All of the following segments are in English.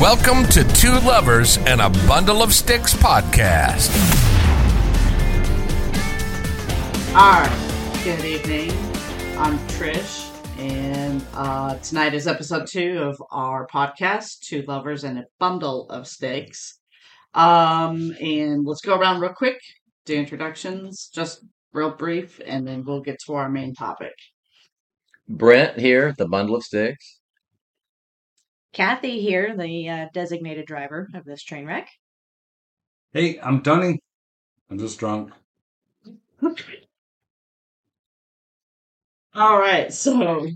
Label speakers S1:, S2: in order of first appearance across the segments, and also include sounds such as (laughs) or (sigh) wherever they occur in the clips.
S1: Welcome to Two Lovers and a Bundle of Sticks podcast.
S2: Alright, good evening. I'm Trish, and uh, tonight is episode two of our podcast, Two Lovers and a Bundle of Steaks. Um, and let's go around real quick, do introductions, just real brief, and then we'll get to our main topic.
S3: Brent here, the bundle of sticks.
S4: Kathy here, the uh, designated driver of this train wreck.
S5: Hey, I'm Dunny. I'm just drunk.
S2: Alright, so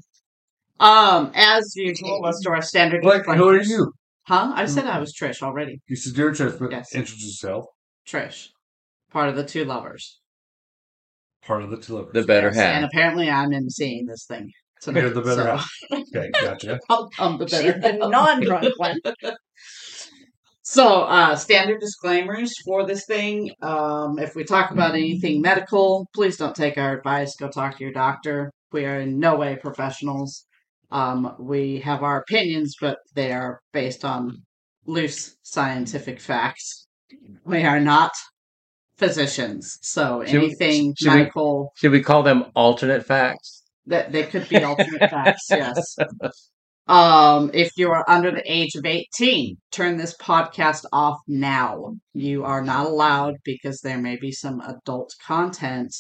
S2: um, as usual, let's do our standard.
S5: Blake, who are
S2: disclaimers.
S5: you?
S2: Huh? I said I was Trish already.
S5: You said you're Trish, but
S2: Yes.
S5: introduce yourself.
S2: Trish, part of the Two Lovers.
S5: Part of the two lovers.
S3: The better
S2: Yes, And
S3: half.
S2: apparently, I'm emceeing this thing. tonight,
S5: You're the better
S2: so-
S5: half. Okay, gotcha.
S2: I'm, I'm the
S4: She's
S2: better.
S4: the
S3: (laughs)
S4: non-drunk one.
S2: So, uh, standard disclaimers for this thing. Um, if we talk about anything medical, please don't take our advice. Go talk to your doctor. We are in no way professionals. Um, we have our opinions, but they are based on loose scientific facts. We are not physicians, so
S3: Should we-
S2: anything
S3: should we-
S2: medical.
S3: Should we call them alternate facts?
S2: That they could be alternate facts, yes. Um, if you are under the age of 18, turn this podcast off now. You are not allowed because there may be some adult content.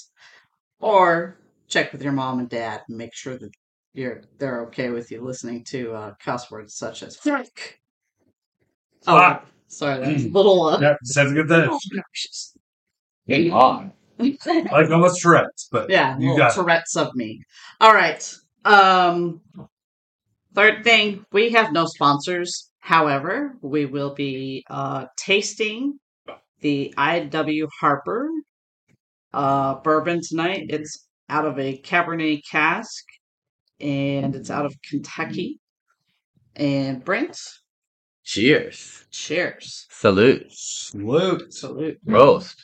S2: Or check with your mom and dad and make sure that you're they're okay with you listening to uh, cuss words such as fuck. Oh,
S5: Ah.
S2: sorry, that's a little
S5: (laughs)
S2: uh,
S5: Yeah, just have to get that.
S2: obnoxious.
S3: are.
S5: Like almost Tourette's, but
S2: Yeah,
S5: you
S2: little
S5: got it.
S2: Tourette's of me. All right. Um, third thing, we have no sponsors. However, we will be uh, tasting the I.W. Harper uh, bourbon tonight. It's out of a Cabernet cask, and it's out of Kentucky. And Brent,
S3: Cheers.
S2: cheers.
S3: Salute.
S5: Salute.
S2: Salute.
S3: Roast.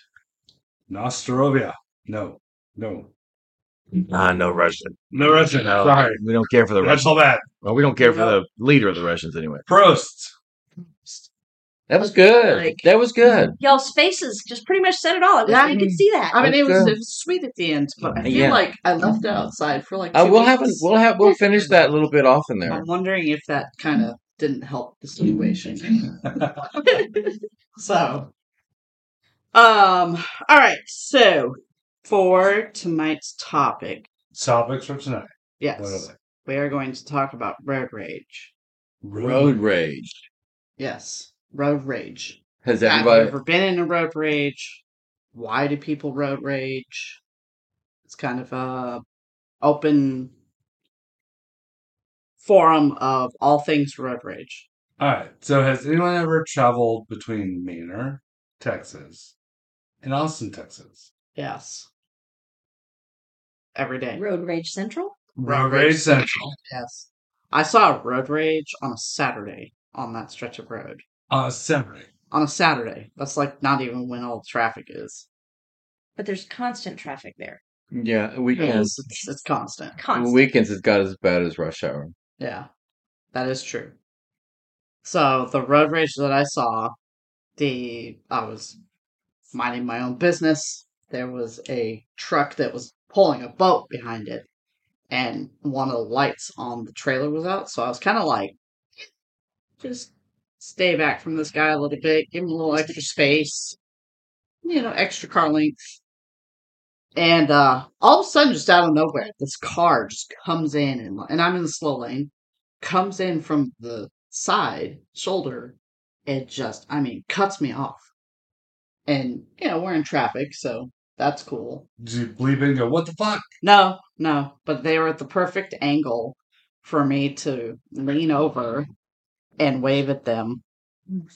S5: Nostrovia. No, no.
S6: Ah, no Russian.
S5: No Russian.
S6: No,
S5: Sorry.
S6: we don't care for the
S5: That's
S6: Russians.
S5: all that.
S6: Well, we don't care for
S2: No.
S6: the leader of the Russians anyway.
S5: Prost. (laughs)
S3: That was good.
S4: Like-
S3: that was good.
S2: mm,
S4: Y'all's faces just pretty much said it all. I wish
S2: Yeah.
S4: you could see that.
S2: I mean, it
S3: That's
S2: was,
S3: good. Uh,
S2: it was sweet at the end, but I feel
S3: Yeah.
S2: like I left it outside for like.
S3: Uh,
S2: two
S3: we'll have
S2: weeks.
S3: we'll have we'll finish that little bit off in there.
S2: I'm wondering if that kind of didn't help the situation. (laughs) so, um, all right. So for tonight's topic,
S5: Topics for tonight.
S2: yes,
S5: What are they?
S2: we are going to talk about road rage.
S3: Road rage.
S2: Yes, road rage.
S3: Has
S2: Have you
S3: everybody
S2: ever been in a road rage? Why do people road rage? It's kind of a open forum of all things road rage.
S5: All right. So, has anyone ever traveled between Manor, Texas, and Austin, Texas?
S2: Yes. Every day.
S4: Road Rage Central.
S5: Road Rage Central.
S2: Yes. I saw road rage on a Saturday on that stretch of road.
S5: Uh, Saturday.
S2: On a Saturday. That's like not even when all the traffic is.
S4: But there's constant traffic there.
S3: Yeah,
S2: It's,
S3: weekends
S2: it's, it's constant.
S4: Constant.
S3: weekends has got as bad as rush hour.
S2: Yeah. That is true. So the road rage that I saw, the I was minding my own business. There was a truck that was pulling a boat behind it, and one of the lights on the trailer was out. So I was kind of like, just stay back from this guy a little bit, give him a little extra space, you know, extra car length. And uh, all of a sudden, just out of nowhere, this car just comes in, and, and I'm in the slow lane, comes in from the side shoulder, and just, I mean, cuts me off. And, you know, we're in traffic, so that's cool.
S5: Did you bleep and go, what the fuck?
S2: No, no, but they were at the perfect angle for me to lean over and wave at them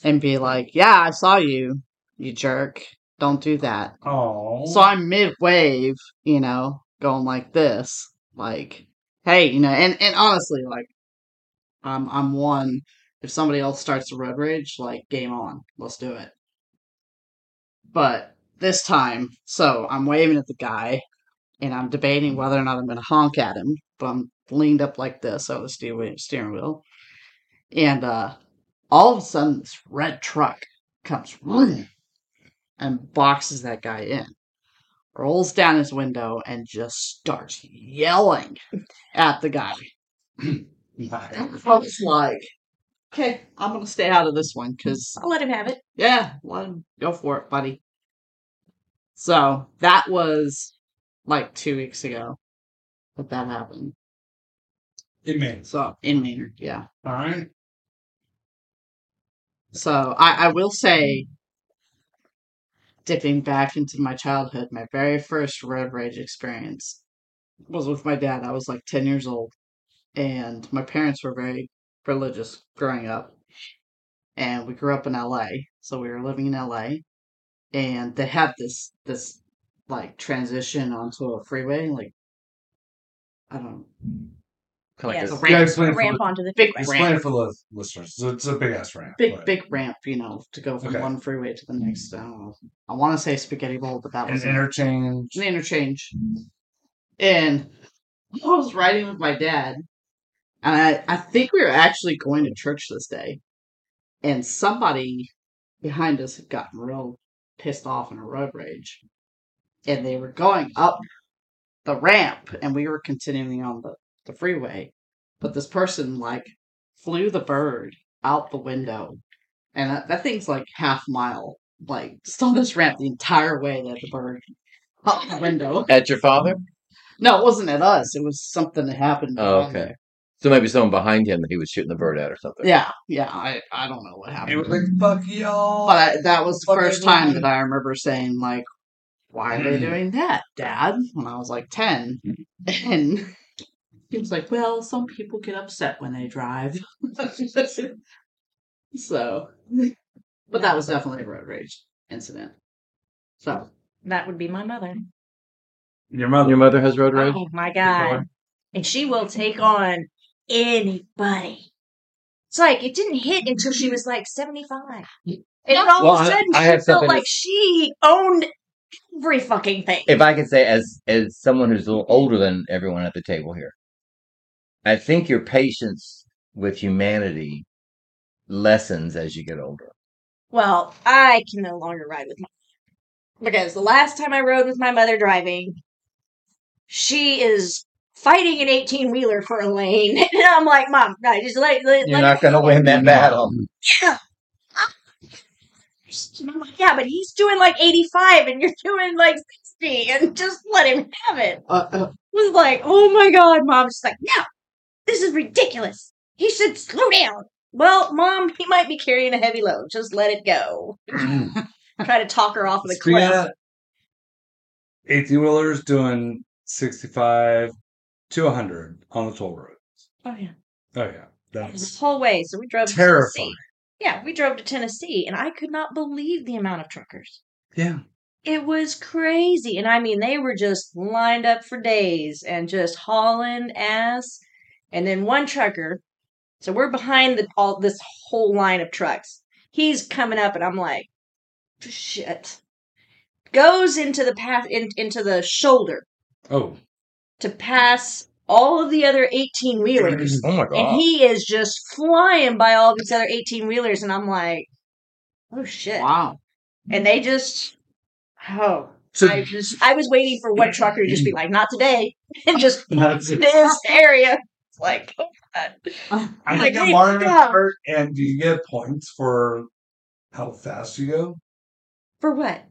S2: and be like, Yeah, I saw you, you jerk. Don't do that.
S5: Oh.
S2: So I'm mid wave, you know, going like this, like, hey, you know, and, and honestly, like, I'm I'm one. If somebody else starts the road rage, like, game on, let's do it. But this time, so I'm waving at the guy, and I'm debating whether or not I'm going to honk at him. But I'm leaned up like this over the steer- steering wheel, and uh, All of a sudden, this red truck comes vroom and boxes that guy in, rolls down his window, and just starts yelling at the guy.
S5: Nice.
S2: I was like, okay, I'm going to stay out of this one because
S4: I'll let him have it.
S2: yeah, let him go for it, buddy. So that was like two weeks ago that that happened.
S5: It may.
S2: So in Maynard, yeah.
S5: All right.
S2: So I, I will say, dipping back into my childhood, my very first road rage experience was with my dad. I was like 10 years old, and my parents were very religious growing up. And we grew up in LA, so we were living in LA, and they had this this like transition onto a freeway, like I don't
S3: Kind
S4: Yes.
S3: of like
S2: Ramp-
S5: yeah, explain for,
S4: Ramp
S5: the,
S4: onto the
S2: big
S4: freeway.
S5: explain for the listeners. So it's a big ass ramp.
S2: big
S5: but-
S2: big ramp, you know, to go from
S5: Okay.
S2: one freeway to the next. I don't know. I want to say spaghetti bowl, but that
S5: An
S2: was
S5: interchange.
S2: an interchange. And (laughs) I was riding with my dad, and I, I think we were actually going to church this day. And somebody behind us had gotten real pissed off in a road rage. And they were going up the ramp, and we were continuing on the, the freeway. But this person, like, flew the bird out the window. And that, that thing's like half mile, like, (laughs) just on this ramp the entire way that the bird out the window. (laughs)
S3: at your father.
S2: No, it wasn't at us. It was something that happened.
S3: Oh,
S2: behind
S3: okay.
S2: there.
S3: So maybe someone behind him that he was shooting the bird at or something.
S2: Yeah, yeah. I, I don't know what
S5: It
S2: happened.
S5: was like, fuck y'all.
S2: But I, that was the
S5: Fuck
S2: first time
S5: everyone.
S2: that I remember saying, like, why are
S3: Mm.
S2: they doing that, Dad? When I was like 10. And he was like, well, some people get upset when they drive. (laughs) so, but that was definitely a road rage incident. So,
S4: That would be my mother.
S5: Your mother.
S3: Your mother has road rage.
S4: Oh my god! And she will take on anybody. It's like it didn't hit until she was like seventy-five, and then all
S3: Well,
S4: of a
S3: I-
S4: sudden
S3: I
S4: she
S3: had
S4: felt
S3: something to-
S4: like she owned every fucking thing.
S3: If I could say, as as someone who's a little older than everyone at the table here, I think your patience with humanity lessens as you get older.
S4: Well, I can no longer ride with my because the last time I rode with my mother driving, she is fighting an eighteen wheeler for a lane, (laughs) and I'm like, Mom, no, just let, let,
S3: You're
S4: let
S3: not going to win that battle.
S4: yeah. And I'm like, yeah, but he's doing like 85 and you're doing like 60 and just let him have it.
S2: uh, uh,
S4: I was like, oh my God, mom's just like, no, this is ridiculous. He should slow down. Well, mom, he might be carrying a heavy load. Just let it go. Try to talk her off of the
S5: (clears throat) Speaking of
S4: cliff.
S5: that, 18 wheelers doing 65 to 100 on the toll road.
S4: Oh, yeah.
S5: Oh, yeah.
S4: This
S5: That's
S4: whole way. So we drove to
S5: terrifying.
S4: Tennessee. Yeah, we drove to Tennessee and I could not believe the amount of truckers.
S5: Yeah.
S4: It was crazy. And I mean, they were just lined up for days and just hauling ass. And then one trucker, so we're behind the, all this whole line of trucks. He's coming up, and I'm like, shit. Goes into the path in, into the shoulder
S5: Oh,
S4: to pass all of the other 18 wheelers.
S3: Oh my god!
S4: And he is just flying by all these other 18 wheelers. And I'm like, oh shit.
S2: wow.
S4: And they just, oh,
S5: so
S4: I just I was waiting for one trucker to just be like, not today, (laughs) and just
S5: that's it.
S4: this area. It's like
S5: I
S4: like,
S5: think I'm
S4: hey,
S5: already
S4: stop.
S5: hurt. And do you get points for how fast you go?
S4: for what?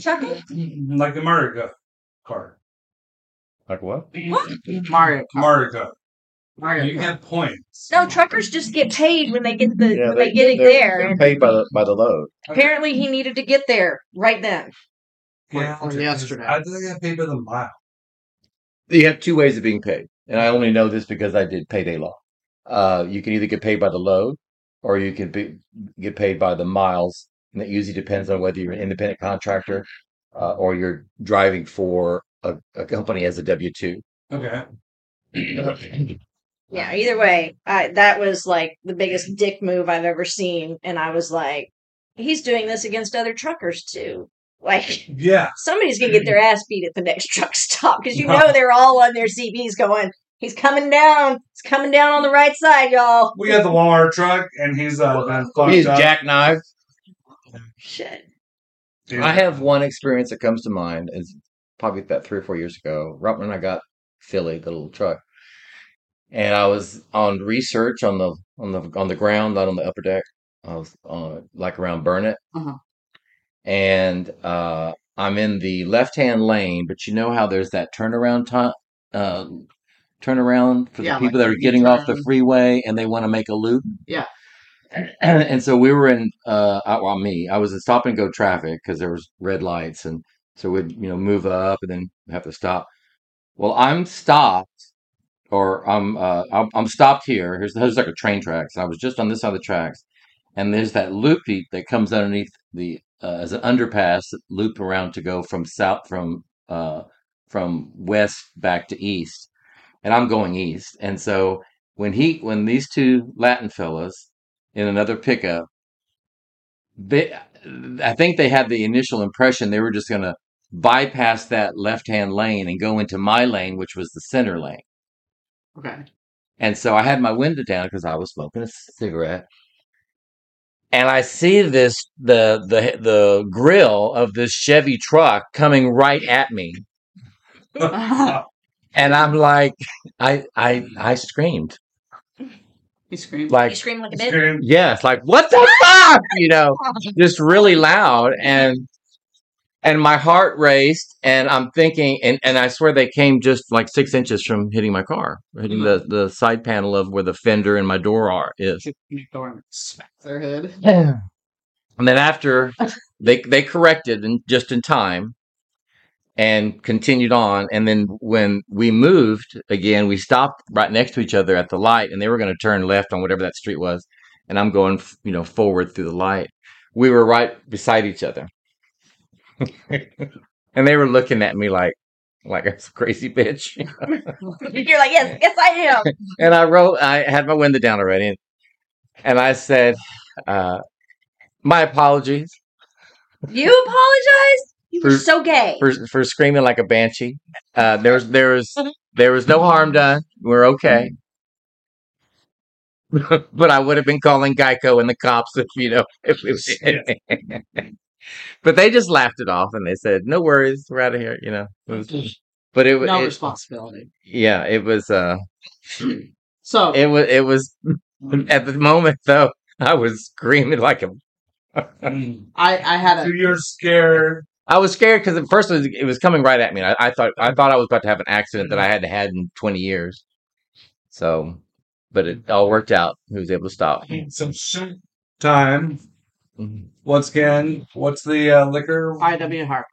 S4: Trucker?
S5: Like the Mario Kart card. Like what?
S4: What?
S2: Mario Kart.
S5: Mario Kart.
S2: Mario
S5: You
S2: Kart.
S5: get points.
S4: No, truckers just get paid when they get the
S6: Yeah,
S4: when they,
S6: they-
S4: get it
S6: they're-
S4: there.
S6: They're
S4: And
S6: paid by the by the load.
S4: apparently, he needed to get there right then.
S5: Yeah,
S2: Or
S5: okay, 'cause
S2: yesterday.
S5: I think I got paid by the mile.
S3: you have two ways of being paid, and I only know this because I did payday law. Uh, you can either get paid by the load, or you can be, get paid by the miles, and it usually depends on whether you're an independent contractor uh, or you're driving for a, a company as a W two.
S5: Okay.
S4: Yeah. Either way, I, that was like the biggest dick move I've ever seen, and I was like, he's doing this against other truckers too. Like (laughs)
S5: Yeah.
S4: somebody's gonna get their ass beat at the next truck stop because you know they're all on their CBs going, He's coming down. He's coming down on the right side, y'all.
S5: We got the Walmart truck, and he's uh, been fucked
S3: He's
S5: up.
S3: jackknife.
S4: Shit.
S5: Dude,
S3: I have one experience that comes to mind is probably about three or four years ago, right when I got Philly, the little truck. And I was on research on the on the on the ground, not on the upper deck. I was on like around Burnett.
S2: Uh-huh.
S3: And uh I'm in the left hand lane, but you know how there's that turnaround time uh turnaround for
S2: Yeah,
S3: the
S2: like
S3: people that are
S2: the
S3: getting off the
S2: U-turn.
S3: freeway and they want to make a loop.
S2: Yeah.
S3: (clears throat) and so we were in uh I- well me i was in stop and go traffic because there was red lights and so we'd you know move up and then have to stop well i'm stopped or i'm uh i'm, I'm stopped here here's there's like a train tracks i was just on this side of the tracks and there's that loop that- that comes underneath the uh, as an underpass that loop around to go from south from uh from west back to east and i'm going east and so when he when these two latin fellas in another pickup. They, I think they had the initial impression they were just going to bypass that left hand lane and go into my lane, which was the center lane.
S2: Okay.
S3: And so I had my window down because I was smoking a cigarette. And I see this the the the grill of this Chevy truck coming right at me. And I'm like (laughs) I I I screamed.
S2: (laughs) he screamed.
S3: Like
S4: You scream like a bitch.
S5: Scream.
S3: Yeah, it's like what the fuck, you know, just really loud and and my heart raced and I'm thinking and and I swear they came just like six inches from hitting my car, hitting the the side panel of where the fender and my door are is.
S2: Keep going. Smack their head.
S3: And then after they they corrected and just in time and continued on and then when we moved again we stopped right next to each other at the light and they were going to turn left on whatever that street was and I'm going f- you know forward through the light we were right beside each other and they were looking at me like like I'm some crazy bitch
S4: (laughs) You're like, yes, yes, I
S3: (laughs)
S4: am.
S3: and I wrote, I had my window down already, and, and I said, uh, "My apologies
S4: You apologized. You were
S3: For-
S4: so gay.
S3: for for screaming like a banshee. Uh, there was there was there was no harm done. We're okay." (laughs) but I would have been calling Geico and the cops if you know (laughs) if it was. (laughs) but they just laughed it off and they said, "No worries, we're out of here." You know, it was, but it was
S2: No
S3: it,
S2: responsibility.
S3: yeah, it was uh,
S2: So
S3: it was it was (laughs) at the moment though. I was screaming like a
S5: Mm.
S2: I, I had
S5: So
S2: a
S5: you're scared.
S3: I was scared because at first it was, it was coming right at me. And I, I thought I thought I was about to have an accident that I hadn't had in twenty years. So, but it all worked out. He was able to stop. Mm-hmm.
S5: Some shit. Time. Once again, what's the uh, liquor?
S2: IW Harp,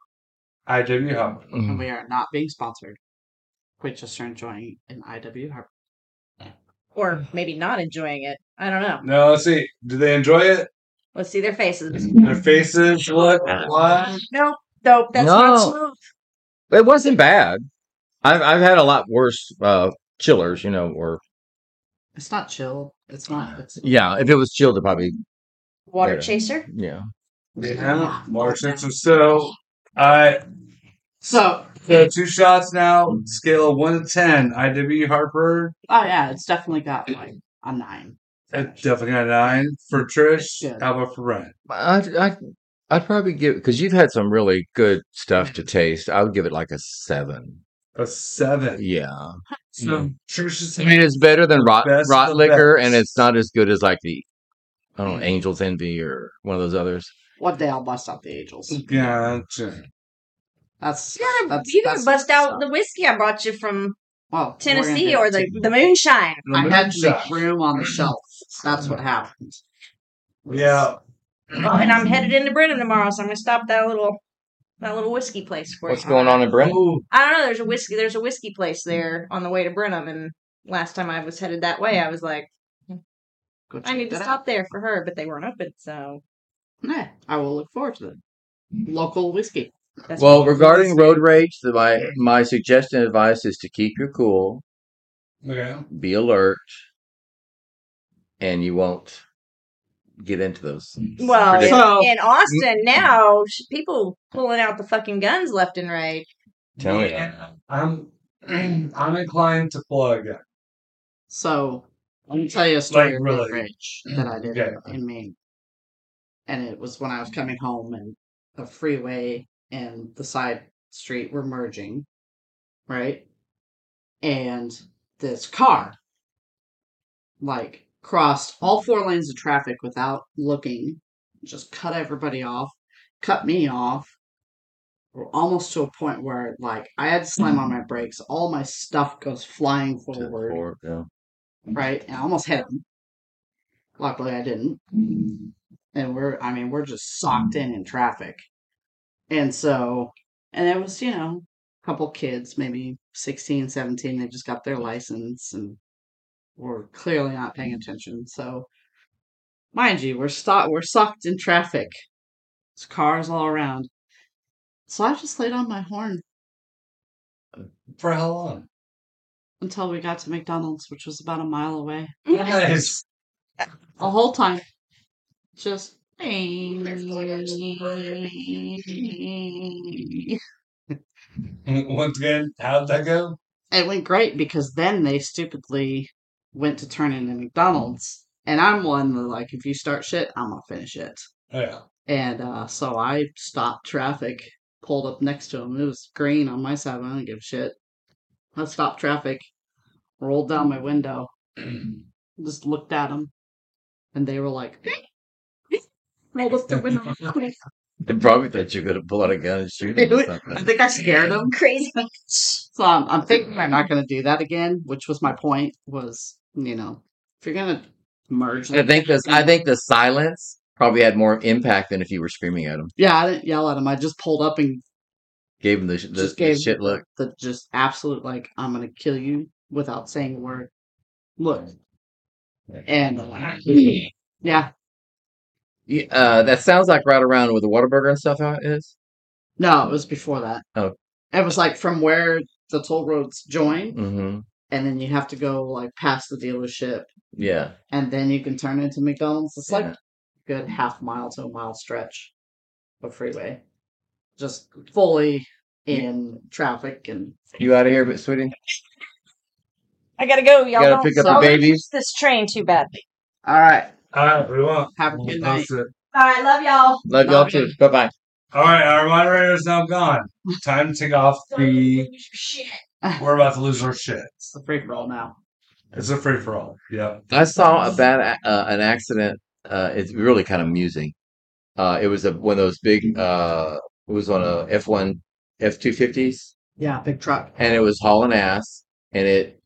S5: IW Hub.
S2: and
S3: Mm.
S2: we are not being sponsored. We just are enjoying an IW Harp.
S4: or maybe not enjoying it. I don't know.
S5: No, let's see. Do they enjoy it?
S4: Let's see their faces.
S3: Mm-hmm.
S5: Their faces look what?
S4: No, nope, that's
S3: No.
S4: not smooth.
S3: It wasn't bad. I've I've had a lot worse uh, chillers, you know, or
S2: It's not chill. It's not. It's
S3: yeah. If it was chilled, it probably
S4: Water
S3: Later.
S4: chaser.
S3: yeah.
S5: Yeah, more sense of so. I
S2: so. oh,
S5: so two shots now. Scale of one to ten. IW Harper
S2: Oh yeah, it's definitely got like a nine.
S5: at definitely got a nine for Trish.
S2: Yeah.
S5: How about for Ren?
S3: I I I'd probably give because you've had some really good stuff to taste. I would give it like a seven.
S5: A seven.
S3: Yeah.
S5: So Trish is
S3: I mean, it's better than rot,
S5: Best of
S3: rot
S5: the
S3: liquor, and
S5: best.
S3: it's not as good as like the, I don't know, Angel's Envy or one of those others.
S2: One day I'll bust out the angels.
S5: Hmm. gotcha.
S2: That's
S4: You gotta,
S2: that's,
S4: you gotta
S2: that's-
S4: bust out the whiskey I brought you from
S2: well,
S4: Tennessee
S2: we're
S4: or
S2: gonna
S4: the,
S2: have
S4: the moonshine.
S2: to- I had to make
S5: Moonshot.
S2: room on the shelf. That's what happened.
S5: Yeah.
S4: Oh, and I'm headed into Britain tomorrow, so I'm gonna stop that little that little whiskey place for
S3: What's
S4: you.
S3: going on in Brent?
S5: Ooh,
S4: I don't know. There's a whiskey. There's a whiskey place there on the way to Brenham, and last time I was headed that way, I was like,
S2: Go
S4: I
S2: check
S4: need to
S2: that
S4: stop there for her, but they weren't open, so
S2: out. Yeah, I will look forward to that. Local whiskey.
S4: that's
S3: Well, regarding road rage, the- my my suggestion advice is to keep your cool,
S5: okay.
S3: be alert, and you won't get into those.
S4: well in,
S2: So-
S4: in Austin now, sh- people pulling out the fucking guns left and right.
S3: Tell me.
S5: I'm (clears throat) I'm inclined to pull out again.
S2: So let me tell you a story
S5: Like,
S2: of road
S5: really. Mm-hmm.
S2: rage that I did
S5: Yeah.
S2: in Maine. And it was when I was coming home and the freeway and the side street were merging, right? And this car like crossed all four lanes of traffic without looking, just cut everybody off, cut me off. We're almost to a point where like I had to slam on
S5: Mm-hmm.
S2: my brakes, all my stuff goes flying
S3: To the
S2: forward
S3: floor, yeah.
S2: right? And I almost hit him. Luckily, I didn't. And we're, I mean, we're just socked in in traffic. And so, and it was, you know, a couple kids, maybe 16, 17, they just got their license and were clearly not paying attention. So, mind you, we're stuck, we're socked in traffic. There's cars all around. So I just laid on my horn
S5: For how long?
S2: until we got to McDonald's, which was about a mile away.
S5: Nice. (laughs)
S2: the whole time. Just it
S5: Once again, how'd that go?
S2: went great because then they stupidly went to turn into McDonald's, and I'm one that like if you start shit, I'm gonna finish it.
S5: Oh, yeah.
S2: And uh, so I stopped traffic, pulled up next to him. It was green on my side. but I don't give a shit. I stopped traffic, rolled down my window, (clears throat) just looked at him, and they were like, rolled (laughs) up their window.
S3: They probably thought you were going to pull out a gun and shoot (laughs) him or
S2: I
S3: something.
S2: think I scared him.
S4: (laughs) Crazy.
S2: So I'm, I'm thinking I'm not going to do that again, which was my point. Was you know, if you're going to merge,
S3: I think this. I think the silence probably had more impact than if you were screaming at him.
S2: yeah, I didn't yell at him. I just pulled up and
S3: Gave him the, sh- the,
S2: Just
S3: the
S2: gave-
S3: shit look.
S2: the just absolute like I'm going to kill you without saying a word. Look, and uh, yeah,
S3: You- Uh, that sounds like right around where the Whataburger and stuff out is.
S2: no, it was before that.
S3: Oh.
S2: it was like from where the toll roads join,
S3: Mm-hmm.
S2: and then you have to go like past the dealership,
S3: Yeah.
S2: and then you can turn into McDonald's. It's like
S3: Yeah.
S2: good half mile to a mile stretch of freeway, just fully in traffic and
S3: You out of here, but sweetie,
S4: I gotta go, y'all.
S3: gotta pick up
S4: don't
S3: the
S4: stop
S3: babies.
S4: this train too badly.
S2: all right.
S5: All right, we won't.
S2: Have a good
S5: We'll post it.
S4: All right, love y'all.
S3: Love y'all too. Bye bye.
S5: All right, our moderator's now gone. Time to take off the.
S2: (laughs)
S4: Shit.
S5: We're about to lose our shit.
S2: It's the free for all now.
S5: It's a free for all. Yeah.
S3: I saw a bad a- uh, an accident. Uh, it's really kind of amusing. Uh, it was a, one of those big. Uh, it was on a F one F two fifties,
S2: Yeah, big truck.
S3: and it was hauling ass, and it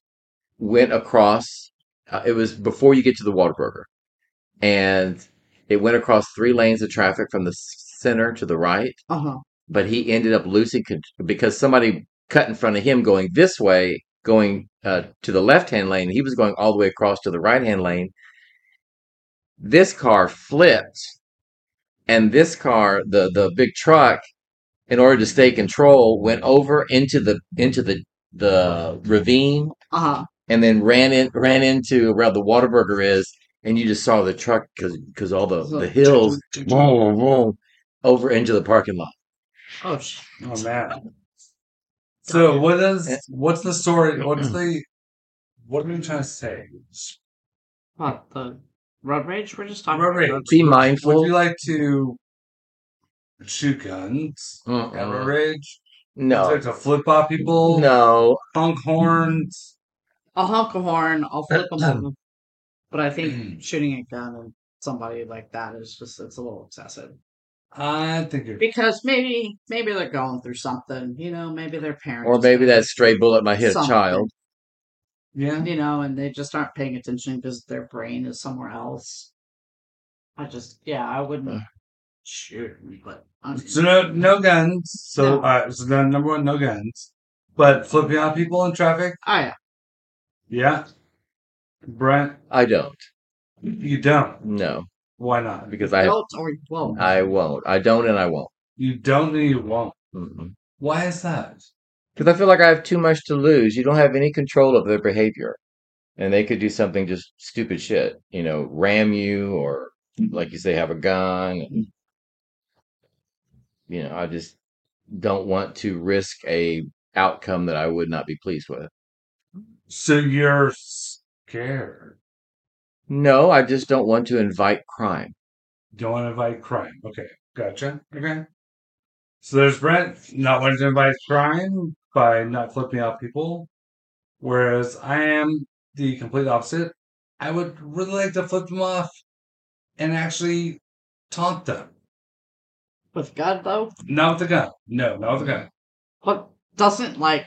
S3: went across. Uh, it was before you get to the Waterburger, and it went across three lanes of traffic from the s- center to the right.
S2: Uh huh.
S3: But he ended up losing con- because somebody cut in front of him going this way, going uh, to the left hand lane. He was going all the way across to the right hand lane this car flipped and this car the the big truck in order to stay control went over into the into the the ravine
S2: Uh huh.
S3: and then ran in ran into where the waterburger is and you just saw the truck because because all the the hills boom, boom, over into the parking lot
S2: Oh, sh-
S5: Oh man. So what is what's the story? What's the what are you trying to say?
S2: what the road rage? We're just talking
S5: Road rage.
S2: about-
S3: be
S5: Would
S3: mindful
S5: you like to shoot guns?
S3: Mm-mm.
S5: Have a rage? Would you
S3: Uh, no
S5: like to flip off people?
S3: no
S5: Honk horns?
S2: I'll honk a horn. I'll flip
S5: (clears throat)
S2: them over. But I think shooting a gun at somebody like that is just it's a little excessive.
S5: I think you're
S2: Because maybe maybe they're going through something. You know, maybe their parents
S3: or maybe that stray bullet might hit a
S2: Something.
S3: child
S5: yeah.
S2: you know, and they just aren't paying attention because their brain is somewhere else. I just, yeah, I wouldn't shoot, but I'm,
S5: So no no guns. So
S2: No.
S5: alright, so then number one, no guns. But flipping off people in traffic?
S2: oh yeah,
S5: Yeah. Brent,
S3: i don't
S5: you don't.
S3: no
S5: Why not?
S3: because i
S2: don't or you won't.
S3: i won't i don't and i won't
S5: You don't and you won't.
S3: Mm-mm.
S5: Why is that?
S3: Because I feel like I have too much to lose. You don't have any control of their behavior. And they could do something just stupid shit, you know, ram you or, like you say, have a gun. And, you know, I just don't want to risk a outcome that I would not be pleased with.
S5: So you're scared.
S3: No, I just don't want to invite crime.
S5: Don't want to invite crime. Okay, gotcha. Okay. So there's Brent not wanting to invite crime by not flipping out people, whereas I am the complete opposite. I would really like to flip them off and actually taunt them.
S2: With God though,
S5: Not with the gun. No, not with the gun.
S2: but doesn't like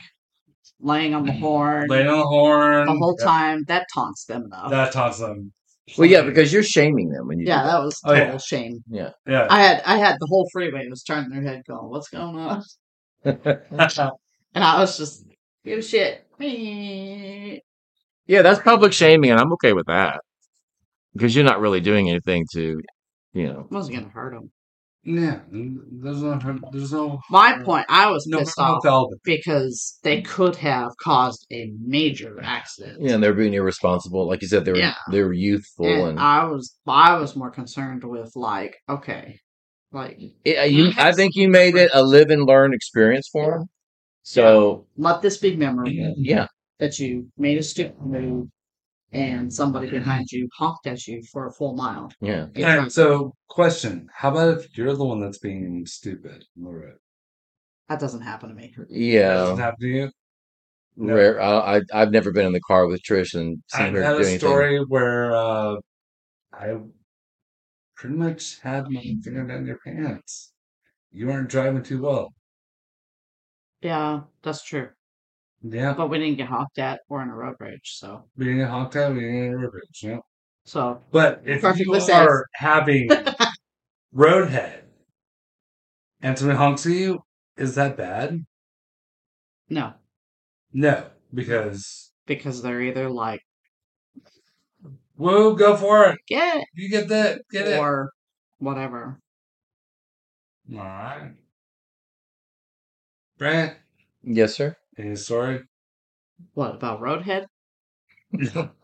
S2: laying on the horn
S5: Mm. Laying on the horn.
S2: the whole
S5: Yeah,
S2: time that taunts them though.
S5: That taunts them.
S3: Well, yeah, because you're shaming them when you. do
S2: yeah,
S3: that.
S2: that was
S5: Oh,
S2: total
S5: yeah.
S2: shame.
S5: Yeah.
S2: I had I had the whole freeway was turning their head going, "What's going
S5: (laughs)
S2: on?" And I was just, "You shit." me."
S6: Yeah, that's public shaming, and I'm okay with that because you're not really doing anything to, you know.
S2: I wasn't gonna hurt him.
S5: Yeah. There's no. There's no.
S2: My point, I was
S5: Mm. No.
S2: pissed
S5: harm
S2: off
S5: with all of it.
S2: because they could have caused a major accident.
S3: Yeah, and they're being irresponsible. Like you said, they were
S2: Yeah.
S3: they were youthful,
S2: And uh,
S3: and,
S2: I was, I was more concerned with like, okay, like
S3: Yeah, you, I think you made it a live and learn experience for them. So
S2: let this be memorable
S3: yeah,
S2: that you made a stupid move and somebody behind you honked at you for a full mile.
S3: yeah.
S2: Get
S5: All right,
S2: drunk.
S5: so question: How about if you're the one that's being stupid on the road?
S2: that doesn't happen to me.
S5: Does it
S3: Yeah,
S5: happen to you? No.
S3: rare. I, I I've never been in the car with Trish and
S5: I've
S3: seen her
S5: had
S3: do
S5: a
S3: anything.
S5: story where uh, I pretty much had my finger down your pants. You weren't driving too well.
S2: Yeah, that's true.
S5: Yeah,
S2: But we didn't get honked at or in a road rage, so
S5: we didn't get honked at, we didn't get rivers. Yeah.
S2: so
S5: But if
S2: Perfectly
S5: you
S2: said.
S5: are having roadhead and somebody honks at you, is that bad?
S2: no,
S5: No, because
S2: because they're either like
S5: woo, go for it.
S2: get
S5: You get that, get
S2: it
S5: it. All
S2: or whatever.
S5: right, Brent.
S3: Yes, sir. (laughs)
S5: Any story?
S2: What about Roadhead?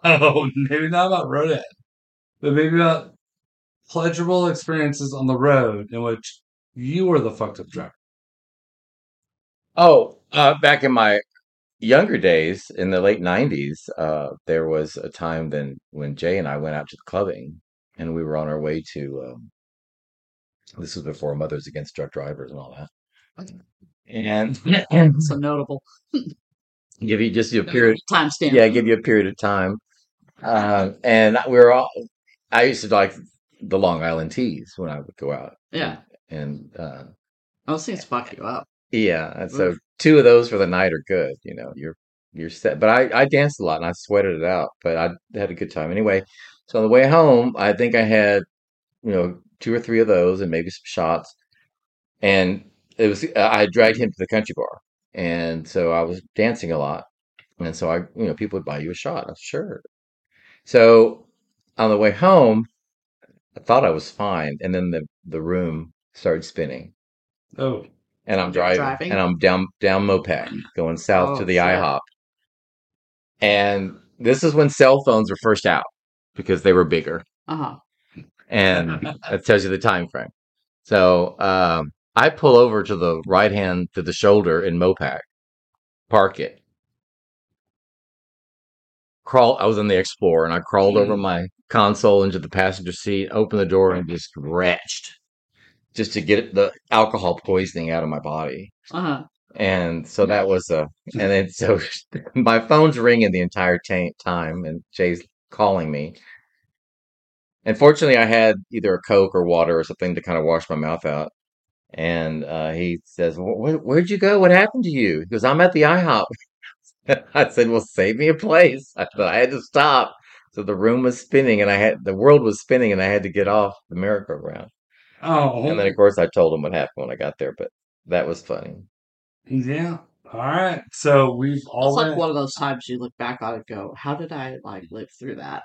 S5: oh, maybe not about roadhead, but maybe about pleasurable experiences on the road in which you were the fucked up driver.
S3: Oh, uh, back in my younger days, in the late '90s, uh, there was a time then when Jay and I went out to the clubbing, and we were on our way to. Um, this was before Mothers Against Drunk Drivers and all that. And (laughs)
S2: It's a notable
S3: give you just a period,
S2: time stamp.
S3: yeah, give you a period of time. Um, and we were all. I used to like the Long Island teas when I would go out,
S2: yeah.
S3: and uh,
S2: Those things fuck you up.
S3: Yeah, and so
S2: Oof.
S3: two of those for the night are good. You know, you're you're set. But I I danced a lot and I sweated it out, but I had a good time anyway. So on the way home, I think I had you know two or three of those and maybe some shots, and it was uh, I had dragged him to the country bar, and so I was dancing a lot, and so I you know people would buy you a shot. I'm sure. So on the way home, I thought I was fine, and then the the room started spinning
S5: Oh,
S3: and I'm
S2: You're
S3: driving,
S2: driving?
S3: and I'm down down Mopac going south
S2: Oh,
S3: to the
S2: shit.
S3: IHOP. And this is when cell phones were first out because they were bigger,
S2: Uh huh. (laughs)
S3: and that tells you the time frame. So um, I pull over to the right hand to the shoulder in Mopac, park it, crawl. I was in the Explorer, and I crawled
S2: Mm-hmm.
S3: over my console into the passenger seat, opened the door, and just retched, just to get the alcohol poisoning out of my body
S2: Uh huh.
S3: and so that was a and then so (laughs) my phone's ringing the entire ta time and jay's calling me and fortunately i had either a coke or water or something to kind of wash my mouth out and uh, he says "Wh- wh- where'd you go what happened to you he goes i'm at the ihop (laughs) i said well save me a place (laughs) i thought i had to stop so the room was spinning and i had the world was spinning and i had to get off the merry-go-round
S5: oh,
S3: and then of course i told him what happened when i got there but that was funny
S5: yeah. All right, so we've all
S2: It's like
S5: went-
S2: one of those times you look back on it and go, how did I like live through that?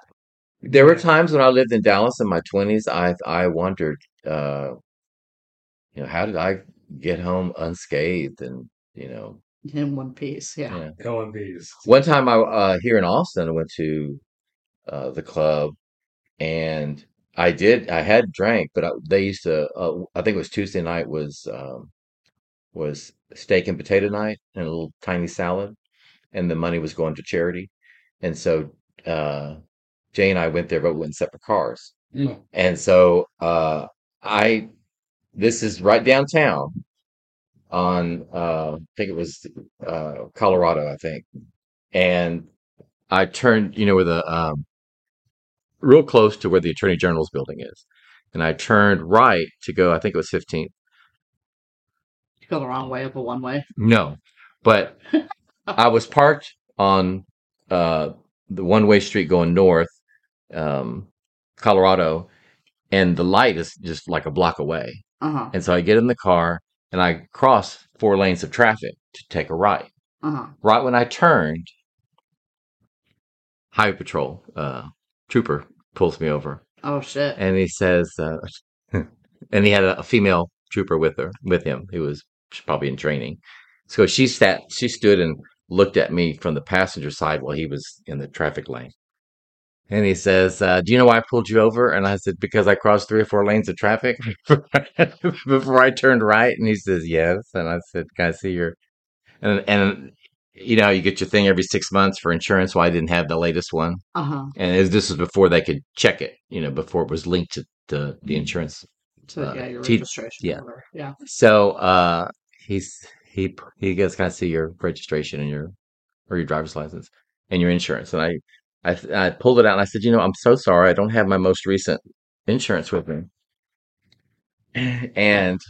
S3: There were
S5: Yeah.
S3: times when I lived in Dallas in my twenties. I I wondered, uh, you know, how did I get home unscathed? And you know,
S2: In one piece. Yeah.
S3: Yeah.
S5: going these.
S3: one time I uh, here in Austin, I went to uh, the club, and I did I had drank, but I, they used to. Uh, I think it was Tuesday night was um, was steak and potato night and a little tiny salad, and the money was going to charity. And so uh, Jay and I went there, but we went in separate cars.
S5: Mm.
S3: And so uh, I, this is right downtown on, uh, I think it was uh, Colorado, I think. And I turned, you know, where the, um, real close to where the Attorney General's building is. And I turned right to go, I think it was 15th.
S2: You go the wrong way up a one way.
S3: No, but I was parked on uh, the one way street going north, um, Colorado, and the light is just like a block away.
S2: Uh huh.
S3: And so I get in the car and I cross four lanes of traffic to take a right.
S2: Uh huh.
S3: Right when I turned, Highway Patrol uh, trooper pulls me over
S2: Oh shit.
S3: and he says, uh, (laughs) and he had a, a female trooper with her, with him, who was probably in training. So she sat, she stood and looked at me from the passenger side while he was in the traffic lane. And he says, uh, "Do you know why I pulled you over?" And I said, "Because I crossed three or four lanes of traffic (laughs) before I turned right." And he says, "Yes." And I said, "Can I see your?" And and you know, you get your thing every six months for insurance. Well, I didn't have the latest one
S2: Uh huh.
S3: and it, this was before they could check it you know before it was linked to the, the insurance
S2: So
S3: Uh,
S2: yeah, your
S3: teeth-
S2: registration.
S3: yeah.
S2: number. Yeah.
S3: so uh he's he he goes can i see your registration and your or your driver's license and your insurance and i i, I pulled it out and i said you know i'm so sorry i don't have my most recent insurance with me and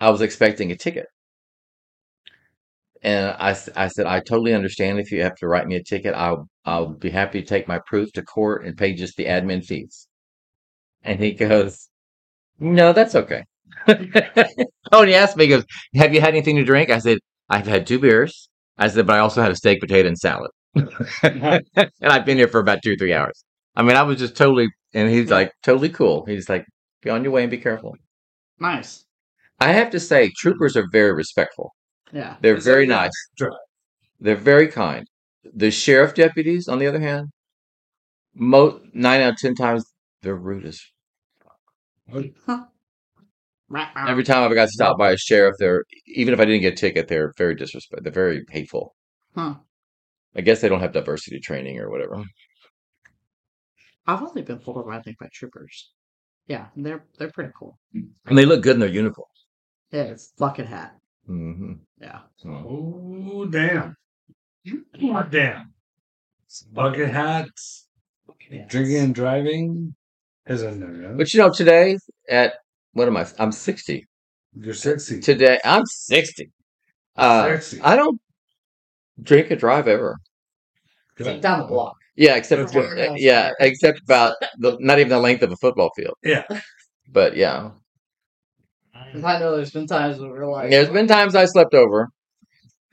S3: i was expecting a ticket and I, s- I said i totally understand if you have to write me a ticket i'll i'll be happy to take my proof to court and pay just the admin fees and he goes no that's okay (laughs) oh and he asked me he goes have you had anything to drink i said i've had two beers i said but i also had a steak potato and salad (laughs) and i've been here for about two three hours i mean i was just totally and he's like totally cool he's like be on your way and be careful
S2: Nice.
S3: i have to say troopers are very respectful
S2: Yeah.
S3: they're
S5: Is
S3: very
S5: that-
S3: nice.
S5: Sure.
S3: They're very kind. The sheriff deputies, on the other hand, mo- nine out of ten times they're rude as.
S2: Right.
S3: Every time I've got stopped by a sheriff, they're even if I didn't get a ticket, they're very disrespectful. They're very hateful.
S2: Huh.
S3: I guess they don't have diversity training or whatever.
S2: I've only been pulled over, I think, by troopers. Yeah, they're they're pretty cool.
S3: (laughs) And they look good in their uniform.
S2: Yeah, it's bucket hat.
S3: Mm-hmm.
S2: Yeah.
S5: Oh, damn. God damn. Bucket hats, drinking and driving is in there, yeah?
S3: But you know, today at what am I? I'm sixty.
S5: You're sexy.
S3: Today I'm sixty. Uh,
S5: Sexy.
S3: I don't drink or drive ever.
S5: Good.
S2: Down the block.
S3: Yeah, except
S5: That's
S3: for, yeah, except about the not even the length of a football field.
S5: Yeah.
S3: But yeah,
S2: 'Cause I know there's been times where we're like,
S3: there's been times I slept over.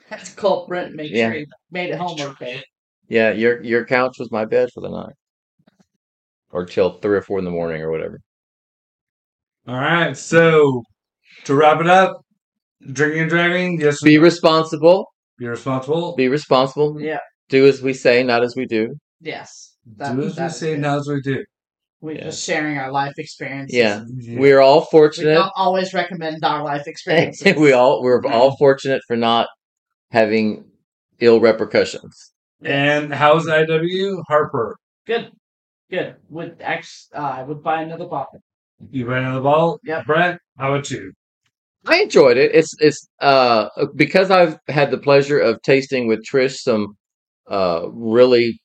S2: that's culprit. Make
S3: Yeah.
S2: sure you made it home okay.
S3: Yeah, your your couch was my bed for the night, or till three or four in the morning or whatever.
S5: All right. So to wrap it up, drinking and driving, yes,
S3: Be responsible.
S5: be responsible.
S3: Be responsible.
S2: Yeah.
S3: Do as we say, not as we do.
S2: Yes. That-
S5: do as we
S2: that is
S5: say,
S2: good.
S5: not as we do.
S2: We're
S3: Yeah.
S2: just sharing our life experiences.
S3: Yeah.
S5: Yeah.
S3: We're all
S2: We
S3: fortunate.
S2: don't always recommend our
S3: (laughs)
S2: life experiences.
S3: we all we're all fortunate for not having ill repercussions.
S5: And how's IW Harper?
S2: Good. Good. Would ex uh, I would buy another bottle.
S5: You ran on the ball.
S2: Yep.
S5: Brett, how about you?
S3: I enjoyed it. It's it's uh because I've had the pleasure of tasting with Trish some uh really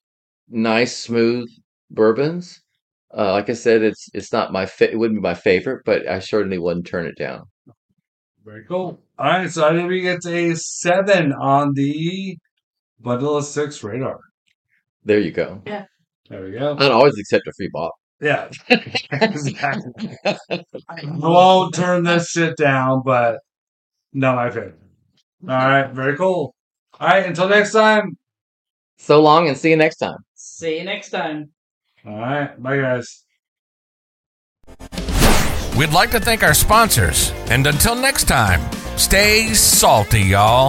S3: nice smooth bourbons. Uh, like I said, it's it's not my fa- it wouldn't be my favorite, but I certainly wouldn't turn it down.
S5: Very cool. All right. So IW gets a seven on the bundle of six radar.
S3: There you go.
S5: There we go.
S3: I'd always accept a free bottle.
S5: Yeah. exactly. I won't turn this shit down, but not my favorite. All right. Very cool. All right. Until next time.
S3: So long, and see you next time.
S2: See you next time.
S5: All right. Bye, guys.
S1: We'd like to thank our sponsors. And until next time, stay salty, y'all.